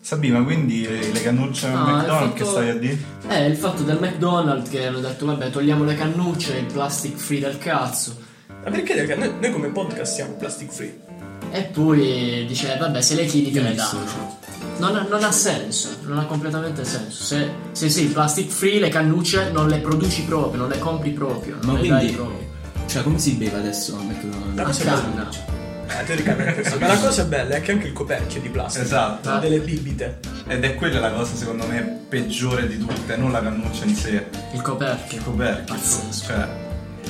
Sabina, quindi le cannucce al Ah, McDonald's è che fatto- stai a dire? Eh, il fatto del McDonald's che hanno detto vabbè togliamo le cannucce, il plastic free dal cazzo. Ma perché? Perché noi, noi come podcast siamo plastic free. E poi dice vabbè se le chiedi te le danno. dissocio. Non ha, non ha senso, non ha completamente senso. Se, se sì, il plastic free, le cannucce non le produci proprio, non le compri proprio, non Ma le dai quindi, proprio. cioè, come si beve adesso a La McDonald's? cosa A bella- canna. Eh, teoricamente sì. Ma la cosa bella è che anche il coperchio è di plastica. Esatto. Ha delle bibite. Ed è quella la cosa secondo me peggiore di tutte, non la cannuccia in sé, Il il coperchio. coperchio. Pazzesco. Cioè.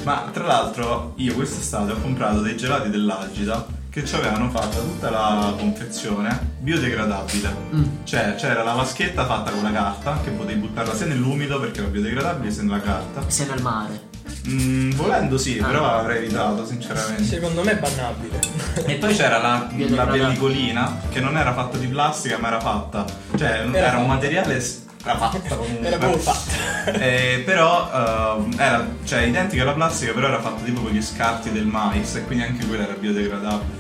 Ma tra l'altro io quest'estate ho comprato dei gelati dell'Agita che ci avevano fatta tutta la confezione biodegradabile. Mm. Cioè c'era la vaschetta fatta con la carta che potevi buttarla sia nell'umido perché era biodegradabile sia nella carta. Sei nel mare. Mm, volendo sì, Ah. però avrei evitato sinceramente. Secondo me è bannabile. E poi c'era la, Viene la guardata. pellicolina che non era fatta di plastica ma era fatta, cioè era, fatta. un materiale s- era fatta comunque. Era proprio fatta. Eh, però ehm, era cioè, identica alla plastica però era fatta tipo con gli scarti del mais e quindi anche quella era biodegradabile.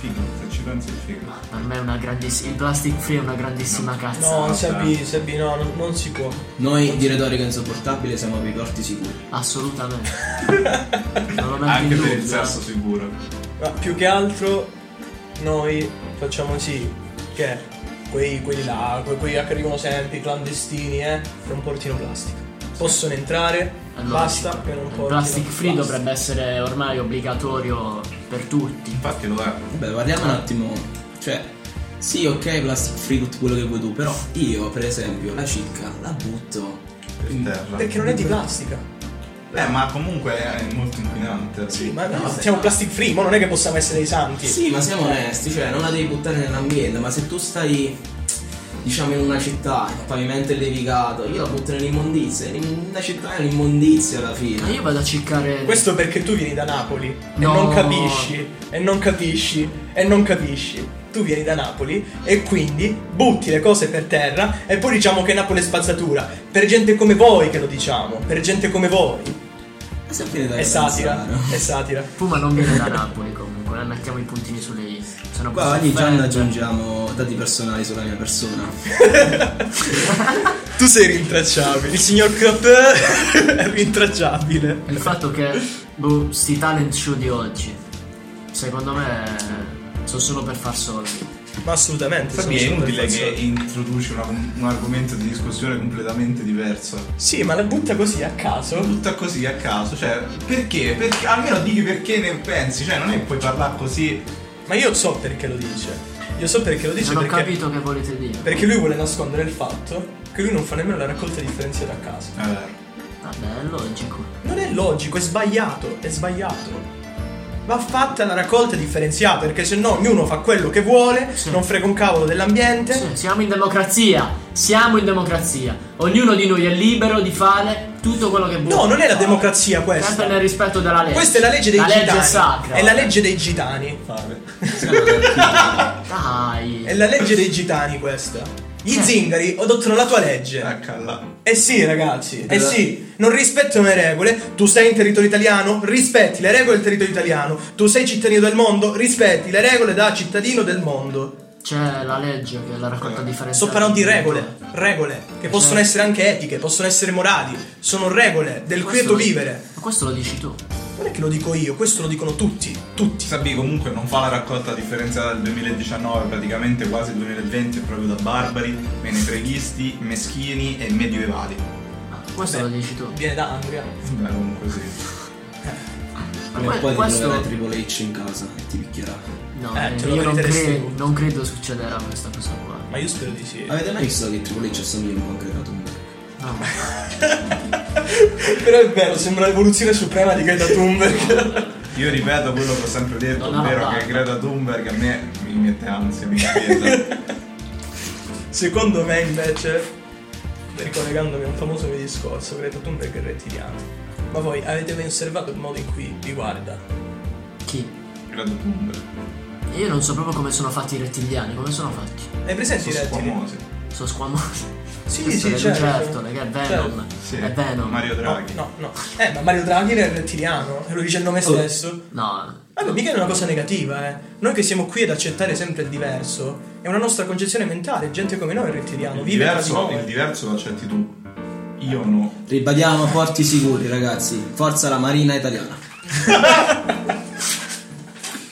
Figo, se ci pensi è figo. Per me è una grandissima. Il plastic free è una grandissima cazza. No, Sebi, Sebi, no, non, non si può. Noi di retorica insopportabile siamo per i corti sicuri. Assolutamente. non lo metto Anche in per dubbio. il sesso sicuro. Ma più che altro noi facciamo sì che quei, quelli là, que- quelli là che arrivano sempre, i clandestini, eh, non portino plastica. Possono entrare, Allora, basta che non il portino plastic free plastica. dovrebbe essere ormai obbligatorio per tutti. Infatti lo è. Vabbè, guardiamo un attimo. Cioè, sì, ok, plastic free, tutto quello che vuoi tu, però io, per esempio, la cicca la butto. Per terra. Mm. Perché non è di plastica. Eh ma comunque è molto inquinante. Sì, ma noi vabbè, siamo ma- plastic free, ma non è che possiamo essere dei santi. Sì, ma siamo onesti, cioè, non la devi buttare nell'ambiente, ma se tu stai, diciamo, in una città, il pavimento è levicato, io la butto nell'immondizia. In una città è un'immondizia alla Ma fine. io vado a ciccare. Questo perché tu vieni da Napoli No. e non capisci, e non capisci, e non capisci. Tu vieni da Napoli e quindi butti le cose per terra e poi diciamo che Napoli è spazzatura. Per gente come voi che lo diciamo, per gente come voi. Ma se Eh, fine da È satira, pensare. è satira. Puma non viene da Napoli comunque, eh, mettiamo i puntini sulle i. Sennò Qua poi si ogni giorno offende. aggiungiamo dati personali sulla mia persona. Tu sei rintracciabile, il signor Crapè è rintracciabile. Il fatto che boh, sti talent show di oggi, secondo me, sono solo per far soldi. Ma assolutamente. Infatti è sono inutile che soddisfatto. introduci una- un argomento di discussione completamente diverso. Sì, ma la butta così a caso. Butta così a caso, cioè, perché? Perché- almeno dici perché ne pensi, cioè, non è che puoi parlare così. Ma io so perché lo dice. Io so perché lo dice non ho perché... capito che volete dire. Perché lui vuole nascondere il fatto che lui non fa nemmeno la raccolta differenziata a casa. Eh, Vabbè, è logico. Non è logico, è sbagliato, è sbagliato. Va fatta la raccolta differenziata, perché se no ognuno fa quello che vuole, Sì. non frega un cavolo dell'ambiente. Sì, siamo in democrazia, siamo in democrazia. Ognuno di noi è libero di fare tutto quello che vuole. No, non è la democrazia Sempre questa. nel rispetto della legge. Questa è la legge dei La gitani. legge è sacra. È la legge dei gitani. Siamo anarchici. Dai. È la legge dei gitani questa. Gli Eh. zingari adottano la tua legge. ecco là. Eh sì, ragazzi, eh Allora- Esatto. sì, non rispettano le regole. Tu sei in territorio italiano, rispetti le regole del territorio italiano. Tu sei cittadino del mondo, rispetti le regole da cittadino del mondo. C'è la legge che è la raccolta differenziata. Sto parlando di regole, regole Esatto. che possono essere anche etiche, possono essere morali, sono regole del Questo quieto lo- vivere. Ma questo lo dici tu. Non è che lo dico io, questo lo dicono tutti, tutti. Sabi comunque non fa la raccolta differenziata del 2019, praticamente quasi il 2020 è proprio da barbari, menefreghisti, meschini e medievali. Ah, Questo Beh. lo dici tu. Viene da Andrea. Beh, comunque sì. Ma Prima o que- poi ti questo troverai Triple H in casa e ti picchierà. No, Eh, eh, ce lo io non meriteresti credo, tu. non credo succederà questa cosa qua. Ma io spero di Eh. sì. Avete mai visto che Triple H assomiglia un po' anche a Tatum? No. Però è vero, sembra l'evoluzione suprema di Greta Thunberg. Io ripeto quello che ho sempre detto, Non ha ovvero fatto. che Greta Thunberg a me mi mette ansia, mi inquieta. Secondo me invece, ricollegandomi a un famoso mio discorso, Greta Thunberg è rettiliana. Ma voi avete mai osservato il modo in cui vi guarda? Chi? Greta Thunberg. Io non so proprio come sono fatti i rettiliani, come sono fatti. Hai presente i Sono rettili? squamosi. Sono squamato. Sì, Questo sì, è certo. Lucertone, che è Venom. Sì. È Venom. Mario Draghi. No, no. Eh, ma Mario Draghi era il rettiliano, e lo dice il nome Oh. stesso. No. Vabbè, mica è una cosa negativa, eh. Noi che siamo qui ad accettare sempre il diverso, è una nostra concezione mentale, gente come noi è rettiliano, Il vive tra di diverso, noi. il diverso lo accetti tu. Io no. Ribadiamo porti sicuri, ragazzi. Forza la Marina italiana.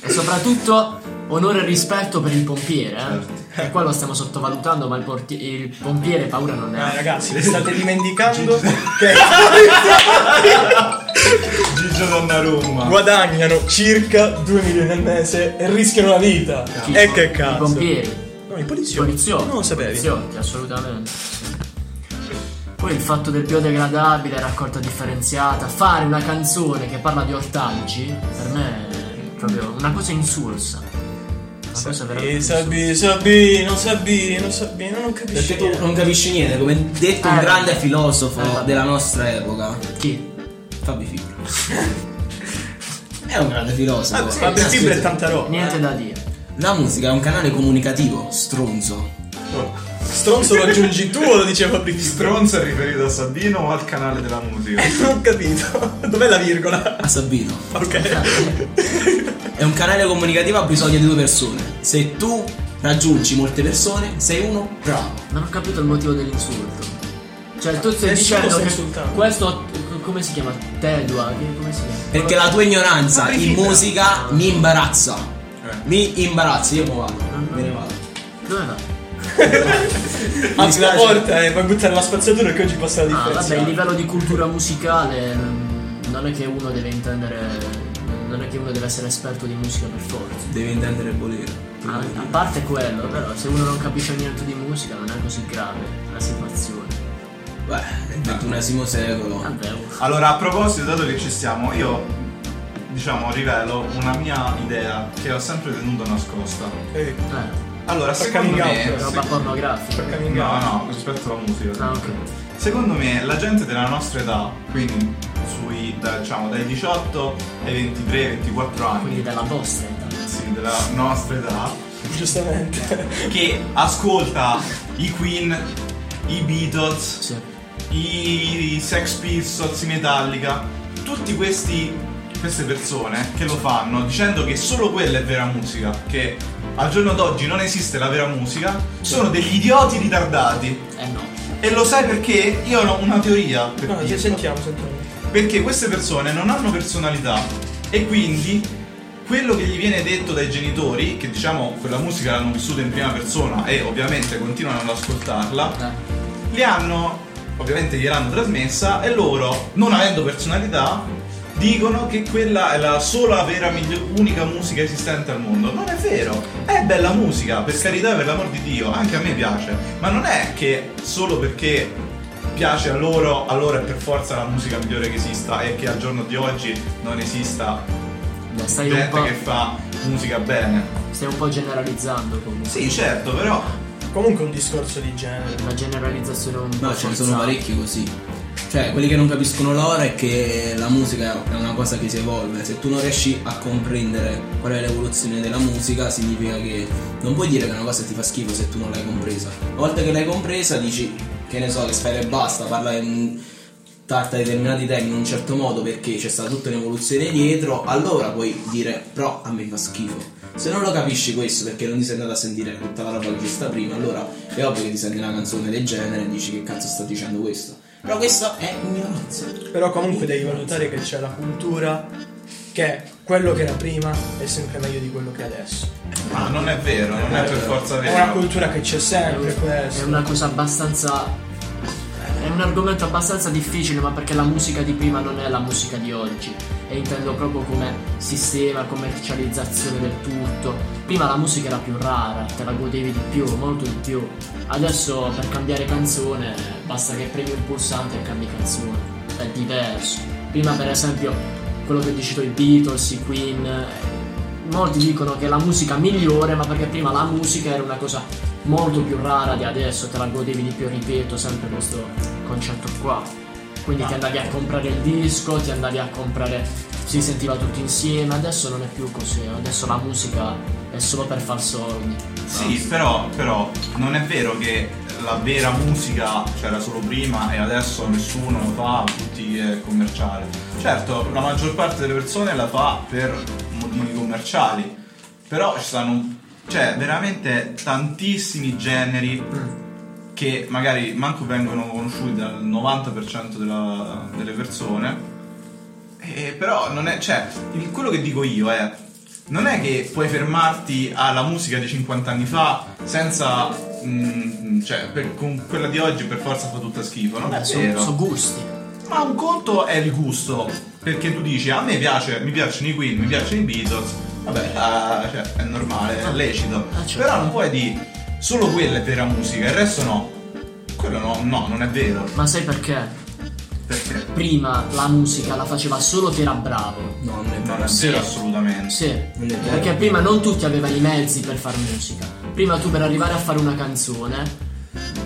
E soprattutto onore e rispetto per il pompiere. Eh? Certo. Per quello stiamo sottovalutando, ma il, porti- il pompiere paura non ne Eh, ha. ragazzi, vi state dimenticando che Gigio Donnarumma. Ah. guadagnano circa 2 milioni al mese e rischiano la vita. Chi? E Eh, che I cazzo. pompieri. No, i poliziotti. Poliziotti. Non lo sapevi. Poliziotti, assolutamente. Poi il fatto del biodegradabile, raccolta differenziata, fare una canzone che parla di ortaggi, per me è proprio una cosa insulsa. Una cosa Eh, veramente. insulsa. Sabino, Sabino, Sabino, Sabino, non capisci Perché tu niente. non capisci niente, come detto un Ah, Eh. grande filosofo Eh. della nostra epoca, Chi? Fabi Fibra. È un grande filosofo. Ah, sì, Ha Fabio Fibra è scritto- tanta roba. Niente da dire. La musica è un canale comunicativo, stronzo. Stronzo lo aggiungi tu o lo diceva Fabri Fibra? Stronzo è riferito a Sabino o al canale della musica? Non ho capito. Dov'è la virgola? A Ah, Sabino. Ok. È un canale comunicativo ha bisogno di due persone. Se tu raggiungi molte persone, sei uno bravo. Non ho capito il motivo dell'insulto. Cioè, tu stai Nessuno dicendo sta che insultando. questo c- come si chiama? Tedua, che- come si chiama? Perché la tua ignoranza in Amplifica. musica mi imbarazza. Mi imbarazza, io mo vado. Mhm. Me ne vado. Dove va? Ah, Mi Apri la dispiace. porta e vai a buttare la spazzatura che oggi passa la Ah, differenza. vabbè, il livello di cultura musicale mm, non è che uno deve intendere non è che uno deve essere esperto di musica per forza. Devi intendere volere. A, a parte quello, però se uno non capisce niente di musica non è così grave la situazione. Beh, nel ventunesimo secolo. Vabbè, oh, uff. Allora, a proposito, dato che ci stiamo, io diciamo rivelo una mia idea che ho sempre tenuto nascosta. Ehi, eh, Allora, Fa secondo coming me, out, se- roba pornografica. sto camminando. no, no, rispetto alla musica. Ah, ok. Secondo me la gente della nostra età, quindi sui da- diciamo dai 18 ai 23, 24 Quindi anni, della vostra età. sì, della nostra età, Giustamente. che ascolta i Queen, i Beatles, Sì. Eh, i Sex Pistols, i Metallica, tutti questi queste persone che lo fanno dicendo che solo quella è vera musica, che al giorno d'oggi non esiste la vera musica, sono degli idioti ritardati. Eh no. E lo sai perché? Io ho una teoria per No, dirlo. se- sentiamo, sentiamo. perché queste persone non hanno personalità e quindi quello che gli viene detto dai genitori, che diciamo quella musica l'hanno vissuta in prima persona e ovviamente continuano ad ascoltarla, Eh. li hanno, ovviamente gliel'hanno trasmessa e loro, non avendo personalità, dicono che quella è la sola vera migli- unica musica esistente al mondo. Non è vero, è bella musica, per carità, per l'amor di Dio, anche a me piace, ma non è che solo perché piace a loro, allora è per forza la musica migliore che esista e che al giorno di oggi non esista Beh, stai un gente che po'. fa musica bene. Stai un po' generalizzando comunque. Sì, certo, però Comunque è un discorso di genere. Una generalizzazione un po' No, ce ne sono forzata. parecchi così. Cioè, quelli che non capiscono l'ora è che la musica è una cosa che si evolve. Se tu non riesci a comprendere qual è l'evoluzione della musica, significa che non puoi dire che una cosa ti fa schifo se tu non l'hai compresa. Una volta che l'hai compresa, dici che ne so, che sfera e basta, parla in tratta determinati temi in un certo modo perché c'è stata tutta un'evoluzione dietro, allora puoi dire però a me fa schifo. Se non lo capisci questo perché non ti sei andato a sentire tutta la roba che c'è sta prima, allora è ovvio che ti senti una canzone del genere e dici che cazzo sta dicendo questo. Però questa è ignoranza. Però comunque devi valutare che c'è la cultura che quello che era prima è sempre meglio di quello che è adesso. ma non è vero, non è per forza È una vero. cultura che c'è È sempre Eh, questo. una cosa abbastanza. È un argomento abbastanza difficile, ma perché la musica di prima non è la musica di oggi. E intendo proprio come sistema, commercializzazione del tutto. Prima la musica era più rara, te la godevi di più, molto di più. Adesso per cambiare canzone basta che premi un pulsante e cambi canzone. È diverso. Prima per esempio quello che dici tu, i Beatles, i Queen. eh, Molti dicono che la musica migliore, ma perché prima la musica era una cosa molto più rara di adesso, te la godevi di più, ripeto, sempre questo concetto qua. Quindi ti andavi a comprare il disco, ti andavi a comprare, si sentiva tutti insieme, adesso non è più così, adesso la musica è solo per far soldi. Sì, però, però non è vero che la vera musica c'era solo prima e adesso nessuno lo fa, tutti è commerciale. Certo, la maggior parte delle persone la fa per motivi commerciali, però ci stanno, cioè, veramente tantissimi generi che magari manco vengono conosciuti dal 90% della- delle persone. Eh, però non è, cioè, il- quello che dico io è, non è che puoi fermarti alla musica di 50 anni fa senza, mm, cioè, per- con quella di oggi per forza fa tutta schifo, non è Sono vero. gusti. Ma un conto è il gusto, perché tu dici, a me piace, mi piacciono i Queen, mi piacciono i Beatles, vabbè, ah, cioè, è normale, è lecito, Ah, certo. però non puoi dire, solo quella è vera musica, il resto no. Quello no, no, non è vero. Ma sai perché? Perché? Prima la musica la faceva solo chi era bravo. No, non è Non è vero. vero assolutamente. Sì, Non è vero. perché prima non tutti avevano i mezzi per far musica. Prima tu per arrivare a fare una canzone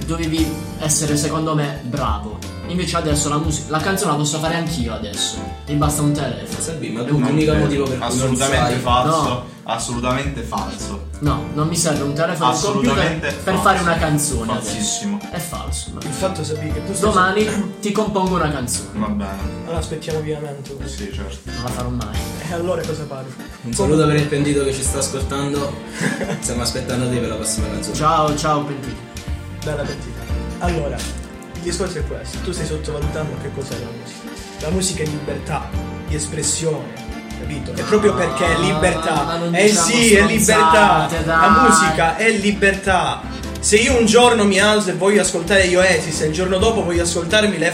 dovevi essere secondo me bravo. Invece adesso la musica, la canzone la posso fare anch'io adesso. Mi basta un telefono. Sabbi, ma tu Non l'unico vero. motivo per cui non assolutamente sai- falso, No. assolutamente falso. No, non mi serve un telefono e un computer Assolutamente per falso. fare una canzone. adesso. Falsissimo. È falso. no. Il fatto è sapere che tu stai... Domani ti compongo una canzone. Va bene. Allora aspettiamo pienamente. Sì, certo. Non la farò mai. E Eh, allora cosa parlo? Un saluto per il pentito che ci sta ascoltando. Stiamo aspettando te per la prossima canzone. Ciao, ciao, pentito. Bella partita. Allora, il discorso è questo. Tu stai sottovalutando che cos'è la musica. La musica è libertà, di espressione. Capito? È proprio perché è ma libertà. non Eh diciamo sì, è libertà. stronzate, La dai. musica è libertà. Se io un giorno mi alzo e voglio ascoltare Oasis e il giorno dopo voglio ascoltarmi le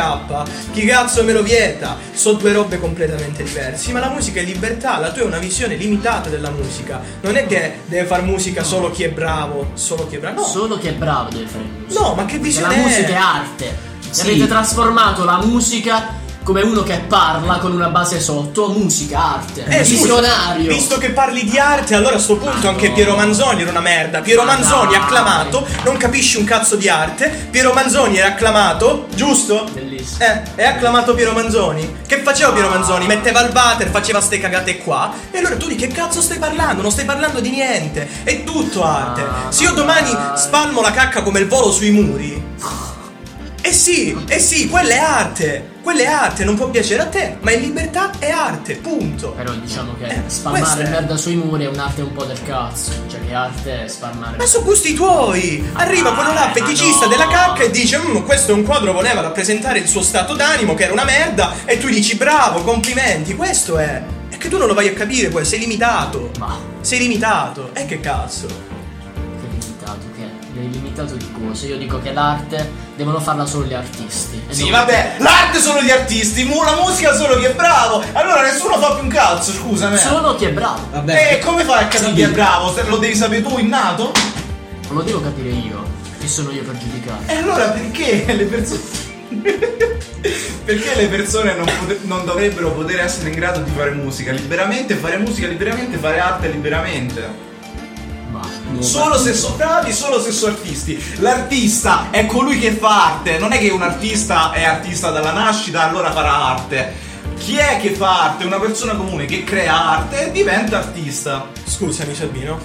FSK, chi cazzo me lo vieta? So due robe completamente diverse. Ma la musica è libertà, la tua è una visione limitata della musica. Non è che deve fare musica solo chi è bravo, solo chi è bravo. No, Solo che è bravo deve fare musica. No, ma che Perché visione La è? musica è arte. E Sì. Avete trasformato la musica come uno che parla con una base sotto, musica, arte, Eh, scusa, visionario. visto che parli di arte, allora a sto punto Ma anche no. Piero Manzoni era una merda. Piero Ma Manzoni dai. acclamato, non capisci un cazzo di arte. Piero Manzoni era acclamato, giusto? Bellissimo. Eh, è acclamato Piero Manzoni. Che faceva Piero Manzoni? Metteva il water, faceva ste cagate qua. E allora tu di che cazzo stai parlando? Non stai parlando di niente. È tutto arte. Ah, Se io ma domani dai. spalmo la cacca come il volo sui muri, eh sì, eh sì, quella è arte. Quella è arte, non può piacere a te, ma in libertà è arte, punto. Però diciamo che Eh, questa spalmare è- merda sui muri è un'arte un po' del cazzo. Cioè che arte è spalmare. Ma sono gusti tuoi! Arriva quello là, Ah, feticista no. della cacca, e dice: "Mm, Questo è un quadro, voleva rappresentare il suo stato d'animo, che era una merda, e tu dici: Bravo, complimenti, questo è. È che tu non lo vai a capire, poi sei limitato. Ma Sei limitato, e che cazzo? che limitato che è. È limitato di cose. Io dico che l'arte devono farla solo gli artisti. E Sì, non- vabbè, l'arte sono gli artisti, mu- la musica solo chi è bravo. Allora nessuno fa più un cazzo, scusami. Solo chi è bravo. Vabbè. E come fai a capire chi è bravo? Se lo devi sapere tu innato? Non lo devo capire io. Chi sono io per giudicare? E allora perché le persone. perché le persone non, pote- non dovrebbero poter essere in grado di fare musica liberamente, fare musica liberamente, fare arte liberamente? Ma. No, Solo se sono bravi, solo se sono artisti. L'artista è colui che fa arte. Non è che un artista è artista dalla nascita, allora farà arte. Chi è che fa arte? Una persona comune che crea arte e diventa artista. Scusami, Sabino.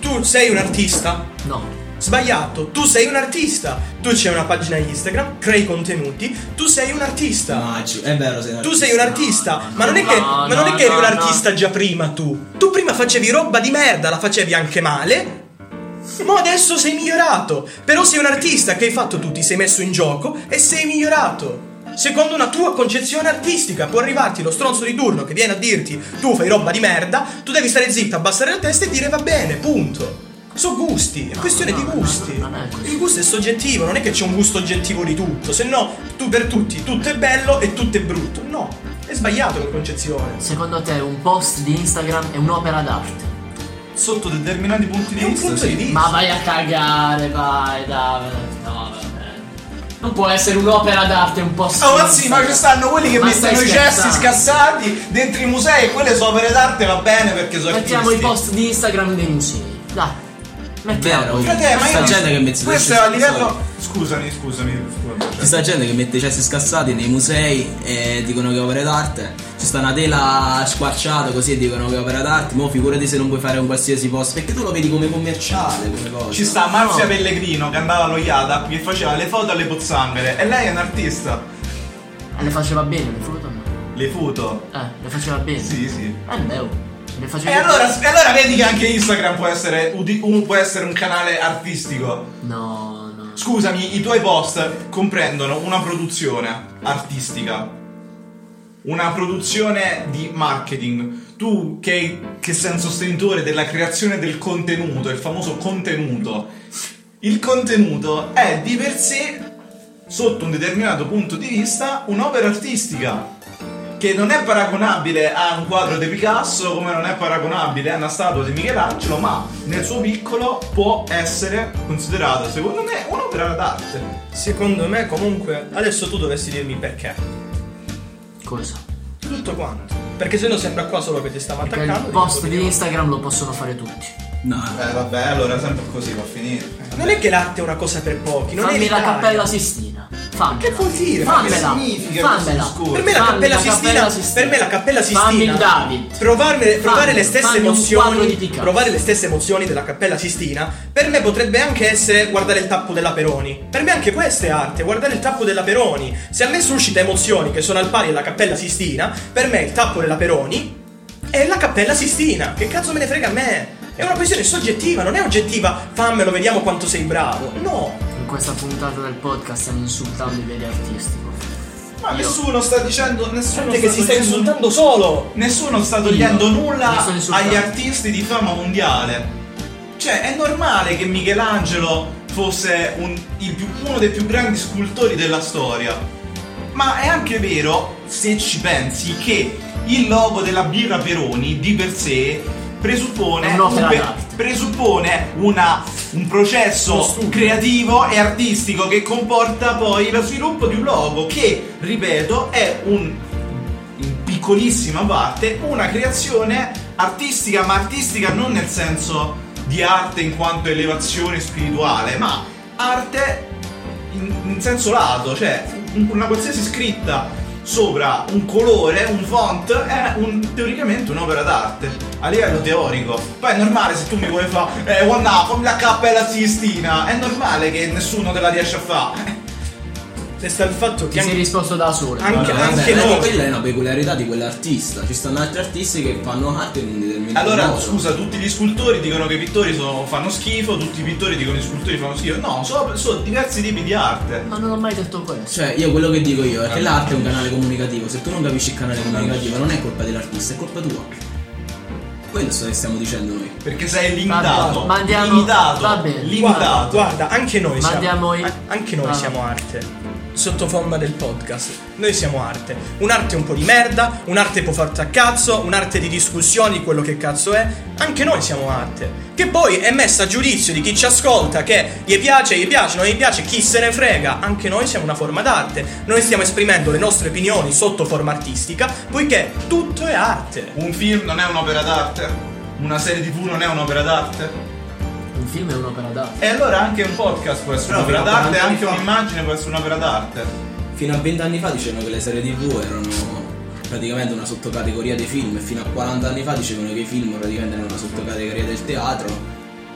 Tu sei un artista? No. Sbagliato, tu sei un artista. Tu c'hai una pagina Instagram, crei contenuti, tu sei un artista. Maggio. È vero, sei un Tu sei un artista, ma non è che, No, ma non è no, che eri no, un no. artista già prima tu. Tu prima facevi roba di merda, la facevi anche male. Ma adesso sei migliorato. Però sei un artista che hai fatto tu, ti sei messo in gioco e sei migliorato. Secondo una tua concezione artistica può arrivarti lo stronzo di turno che viene a dirti tu fai roba di merda, tu devi stare zitto, abbassare la testa e dire va bene, punto. So gusti, è questione no, di no, gusti. no, non è così. Il gusto è soggettivo, non è che c'è un gusto oggettivo di tutto, se no tu per tutti tutto è bello e tutto è brutto. No, è sbagliato come concezione. Secondo te un post di Instagram è un'opera d'arte? Sotto determinati punti È di un vista. punto sì. di vista. Ma vai a cagare, vai, dai. No, vabbè. Non può essere un'opera d'arte un post. Oh, di ma sì, ma Instagram. ci stanno quelli che Ma mettono stai i cessi scherzando? scassati dentro i musei e quelle sono opere d'arte, va bene perché sono Mettiamo i artisti. post di Instagram dei musei. Dai. Ma è chiaro. vero. Frate, ma Sta io- gente che mette Questo è a livello. Scusami, scusami. Ci sta gente che mette cessi scassati nei musei e dicono che è opera d'arte. Ci sta una tela squarciata così e dicono che è opera d'arte. Mo figurati se non puoi fare un qualsiasi posto. Perché tu lo vedi come commerciale, come cosa. Ci sta Marzia No. Pellegrino che andava allo Yada che faceva le foto alle pozzanghere e lei è un artista. Eh, le faceva bene le foto, no? Le foto. Eh, le faceva bene. Sì, sì. Eh, beh, oh. Le faceva E allora, e allora vedi che anche Instagram può essere, uti- un, può essere un canale artistico. No, no. Scusami, i tuoi post comprendono una produzione artistica, una produzione di marketing. Tu che, che sei un sostenitore della creazione del contenuto, il famoso contenuto. Il contenuto è di per sé, sotto un determinato punto di vista, un'opera artistica. Che non è paragonabile a un quadro di Picasso, come non è paragonabile a una statua di Michelangelo, ma nel suo piccolo può essere considerata, secondo me, un'opera d'arte. Secondo me, comunque, adesso tu dovresti dirmi perché. Cosa? Tutto quanto. Perché se no sembra qua solo che ti stavo Perché attaccando. il ti post dico di no. Instagram lo possono fare tutti. No. Eh vabbè, allora sempre così va a finire. Non è che l'arte è una cosa per pochi, non è Fammi la l'Italia. cappella Sistina. Fammela. Che vuol dire? Ma che Fammela. significa Fammela. questo discorso? Per me la Fammi cappella Sistina, per me la cappella Sistina. Fammi il David. Provarmi- provare Fammi- le stesse fammi un quadro di emozioni, Picasso. provare le stesse emozioni della cappella Sistina, per me potrebbe anche essere guardare il tappo della Peroni. Per me anche questa è arte, guardare il tappo della Peroni. Se a me suscita emozioni che sono al pari della cappella Sistina, per me il tappo della Peroni è la cappella Sistina. Che cazzo me ne frega a me? È una questione soggettiva, non è oggettiva. Fammelo, vediamo quanto sei bravo. No, In questa puntata del podcast stiamo insultando il vero artistico. Ma Io- nessuno sta dicendo, nessuno gente che sta si sta dicendo- insultando solo. Nessuno sta Io. togliendo nulla Mi sto insultando. agli artisti di fama mondiale. Cioè, è normale che Michelangelo fosse un- il più- uno dei più grandi scultori della storia. Ma è anche vero, se ci pensi, che il logo della birra Peroni di per sé presuppone, È un'opera pe- d'arte. presuppone una- un Uno processo studio. creativo e artistico che comporta poi lo sviluppo di un logo che, ripeto, è un in piccolissima parte una creazione artistica, ma artistica non nel senso di arte in quanto elevazione spirituale, ma arte in, in senso lato, cioè un- una qualsiasi scritta sopra un colore, un font, è un- teoricamente un'opera d'arte a livello teorico. Poi è normale se tu mi vuoi fare, eh, guarda, fammi la cappella Sistina, è normale che nessuno te la riesce a fare. E sta il fatto che Ti sei anche risposto da solo. Anche- guarda. anche vabbè, noi. quella è una peculiarità di quell'artista. Ci stanno altri artisti che fanno arte in un determinato Allora, modo. scusa, tutti gli scultori dicono che i pittori sono- fanno schifo, tutti i pittori dicono che i scultori fanno schifo. No, sono, sono diversi tipi di arte. Ma non ho mai detto questo. Cioè, io quello che dico io è che l'arte è un canale comunicativo. Se tu non capisci il canale comunicativo, non è colpa dell'artista, è colpa tua. Quello è che stiamo dicendo noi. Perché sei limitato. Vabbè, ma andiamo- limitato. va bene. limitato. Guarda, guarda, anche noi Ma siamo andiamo in- a- anche noi Ah. siamo arte. Sotto forma del podcast. Noi siamo arte. Un'arte un po' di merda, un'arte può farti a cazzo, un'arte di discussioni, di quello che cazzo è. Anche noi siamo arte. Che poi è messa a giudizio di chi ci ascolta, che gli piace, gli piace, non gli piace, chi se ne frega. Anche noi siamo una forma d'arte. Noi stiamo esprimendo le nostre opinioni sotto forma artistica, poiché tutto è arte. Un film non è un'opera d'arte. Una serie tv non è un'opera d'arte. Cioè- Un film è un'opera d'arte. E allora anche un podcast può essere Però un'opera fino a d'arte, 40 anni anche fa. un'immagine può essere un'opera d'arte. Fino a 20 anni fa dicevano che le serie tv erano praticamente una sottocategoria dei film e fino a 40 anni fa dicevano che i film praticamente erano una sottocategoria del teatro.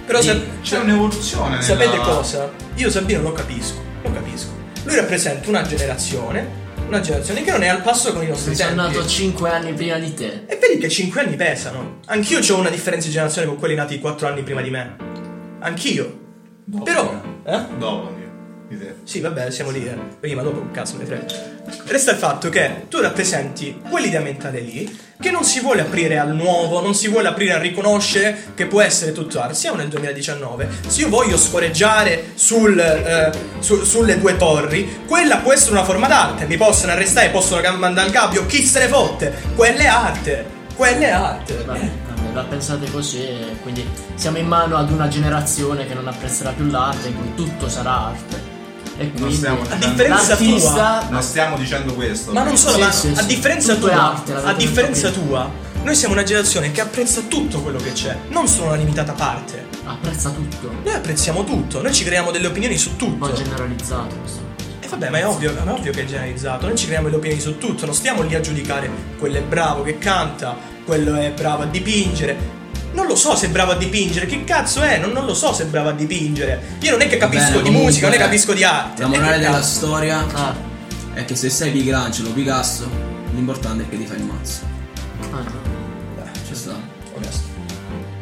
Però Sì, se- C'è un'evoluzione. Cioè, Sapete nella- cosa? Io Sabino lo capisco, lo capisco. Lui rappresenta una generazione, una generazione che non è al passo con i nostri Sei tempi. nato 5 anni prima di te. E vedi che 5 anni pesano. Anch'io ho una differenza di generazione con quelli nati 4 anni prima di me. Anch'io. Dopo Però... me. Eh? Dopo di- di te. Sì, vabbè, siamo lì. eh. Prima, dopo, un cazzo, me ne frega. Resta il fatto che tu rappresenti quell'idea mentale lì che non si vuole aprire al nuovo, non si vuole aprire a riconoscere che può essere tutto arte. Siamo nel 2019. Se io voglio scoreggiare sul, eh, su- sulle due torri, quella può essere una forma d'arte. Mi possono arrestare, possono gam- mandare al gabbio, chi se ne fotte. Quella è arte. Quella è arte. Vabbè, vabbè, la pensate così, eh, quindi siamo in mano ad una generazione che non apprezzerà più l'arte, in cui tutto sarà arte. E Non quindi stiamo, A dicendo- differenza tua, l'artista non stiamo dicendo questo. Ma non solo, Sì, ma sì, a sì. differenza Tutto è tua, arte, l'avete a differenza detto tua, noi siamo una generazione che apprezza tutto quello che c'è, non solo una limitata parte. apprezza tutto. Noi apprezziamo tutto, noi ci creiamo delle opinioni su tutto. Poi generalizzato questo. E vabbè, ma è ovvio, ma è ovvio che è generalizzato. Noi ci creiamo le opinioni su tutto, non stiamo lì a giudicare quello è bravo che canta, quello è bravo a dipingere. Non lo so se è bravo a dipingere, che cazzo è? Non, non lo so se è bravo a dipingere. Io non è che capisco Bene, di comunque, musica, non è che capisco di arte. La E che morale della cazzo? storia Ah, è che se sei Michelangelo o Picasso, l'importante è che ti fai il mazzo. ah, no. Ci sta. Onesto.